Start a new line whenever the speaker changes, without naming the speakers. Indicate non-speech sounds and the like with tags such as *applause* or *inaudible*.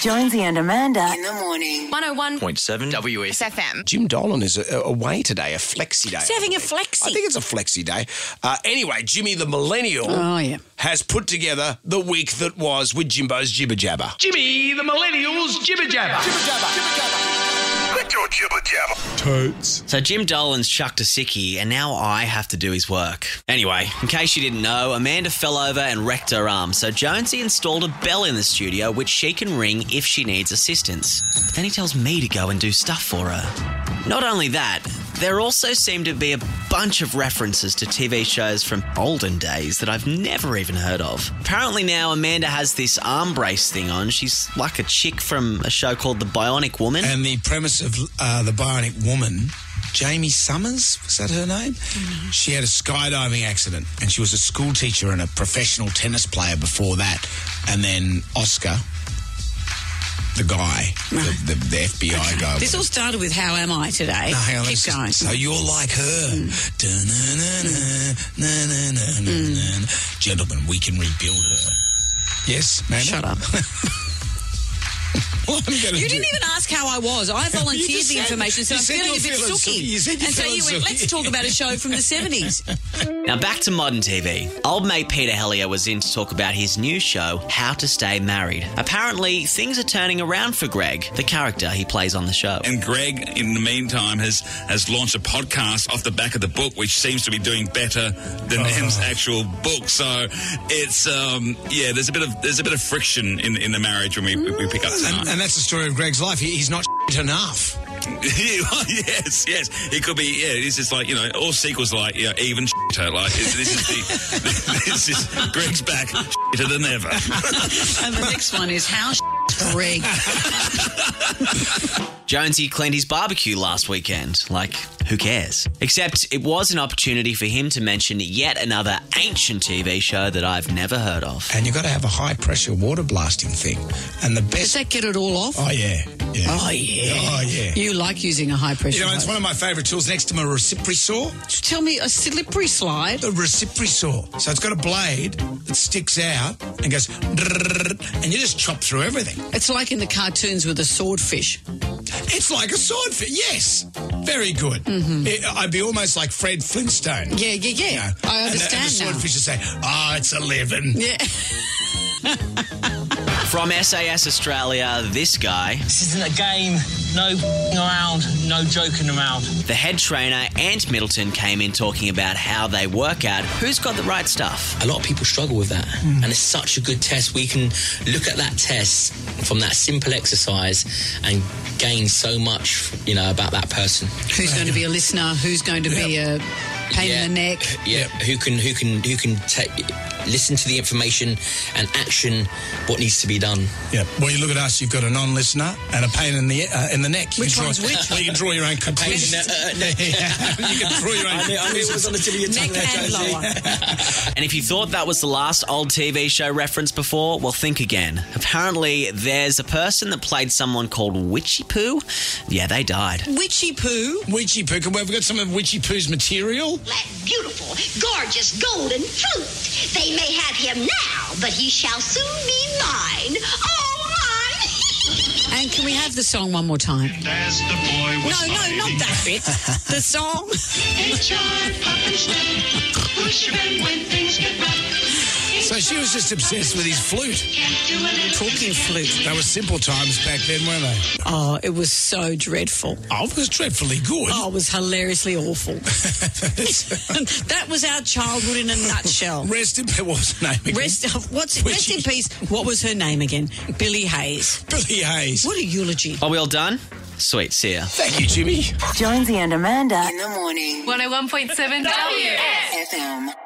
Jonesy and Amanda.
In the morning.
101
101.7 WS.
FM.
Jim Dolan is a- away today, a flexi day.
He's having a flexi.
I think it's a flexi day. Uh, anyway, Jimmy the Millennial
Oh, yeah.
has put together the week that was with Jimbo's Jibber Jabber.
Jimmy the Millennial's Jibber Jabber.
So Jim Dolan's chucked a sickie, and now I have to do his work. Anyway, in case you didn't know, Amanda fell over and wrecked her arm, so Jonesy installed a bell in the studio which she can ring if she needs assistance. But then he tells me to go and do stuff for her. Not only that, there also seem to be a bunch of references to TV shows from olden days that I've never even heard of. Apparently now Amanda has this arm brace thing on. She's like a chick from a show called The Bionic Woman.
And the premise of uh, The Bionic Woman, Jamie Summers, was that her name?
Mm-hmm.
She had a skydiving accident and she was a school teacher and a professional tennis player before that. And then Oscar, the guy, the, the, the FBI guy.
This all started with How Am I Today?
No, hang on,
Keep
let's just-
going. Mm.
So you're like her. Dun-na-na-na,
Mm.
na-na-na-na-na. Gentlemen, we can rebuild her. Yes, madam.
Shut
*laughs*
up.
Well, I'm gonna do-
You didn't even ask how I was. I
You
volunteered
just
the
said-
information, so
you
I'm
said
feeling
you're
a bit
feeling
sooky.
sooky. You said you're
and so you
feeling
went,
sooky.
let's talk about a show from the
*laughs*
70s.
Now back to modern TV. Old mate Peter Hellier was in to talk about his new show, How to Stay Married. Apparently, things are turning around for Greg, the character he plays on the show.
And Greg, in the meantime, has has launched a podcast off the back of the book, which seems to be doing better than his actual book. So it's um, yeah, there's a bit of there's a bit of friction in, in the marriage when we, we pick up
And,
tonight.
and that's the story of Greg's life. He, he's not enough.
*laughs* yes, yes, it could be. Yeah, it's just like you know, all sequels are like you know, even *laughs* shitter. Like this is the *laughs* this is Greg's back *laughs* shitter than ever.
and the next one is How Greg.
Jonesy cleaned his barbecue last weekend. Like, who cares? Except it was an opportunity for him to mention yet another ancient TV show that I've never heard of.
And you've got to have a high pressure water blasting thing. And the
Does
best.
that get it all off?
Oh, yeah. yeah.
Oh, yeah.
Oh, yeah.
You like using a high pressure.
You know, it's one of my favourite tools next to my recipri saw.
Tell me, a slippery slide.
A recipri saw. So it's got a blade that sticks out and goes, and you just chop through everything.
It's like in the cartoons with a swordfish.
It's like a swordfish. Yes. Very good. It- I'd be almost like Fred Flintstone.
Mm-hmm. Yeah, yeah, yeah.
know.
I
And the-
understand
and the,
now.
swordfish would say, oh, it's a living.
Yeah.
From SAS Australia, this guy,
This isn't a game. No f***ing around. No joking around.
the head trainer, and Middleton came in talking about how they work out who's got the right stuff.
A lot of people struggle with that, and it's such a good test. We can look at that test from that simple exercise and gain so much, you know, about that person.
Who's going to be a listener? Who's going to be a pain
Yeah.
in the neck?
Yeah, who can who can who can take listen to the information and action what needs to be done.
Yeah. Well, you look at us. You've got a non-listener and a pain in the uh, in the neck. You
Which
can
one's
draw,
which?
Well, you can draw your own conclusions.
uh,
*laughs* Yeah, you can draw your own. conclusions.
on the tip of your
Neck and lower.
And if you thought that was the last old TV show reference before, well, think again. Apparently, there's a person that played someone called Witchy Poo. Yeah, they died.
Witchy poo.
Witchy poo. Can we have we got some of Witchy poo's material?
that beautiful, gorgeous golden fruit. They may have him now, but he shall soon be mine. Oh, mine!
And can we have the song one more time?
As the boy
No, no, not that
*laughs*
bit. the song.
So she was just obsessed with his flute.
Talking flute.
They were simple times back then, weren't they?
Oh, it was so dreadful.
Oh, it was dreadfully good.
Oh, it was hilariously awful. *laughs* that was our childhood in a
*laughs*
*laughs*
nutshell.
Rest in peace. What was her name again?
Rest, what's, rest in peace. What was her name again? Billy Hayes.
Billy Hayes.
What a eulogy.
Are we all done? Sweet, see ya.
Thank you, Jimmy.
Jonesy and Amanda.
In the morning.
101.7 W.
FM.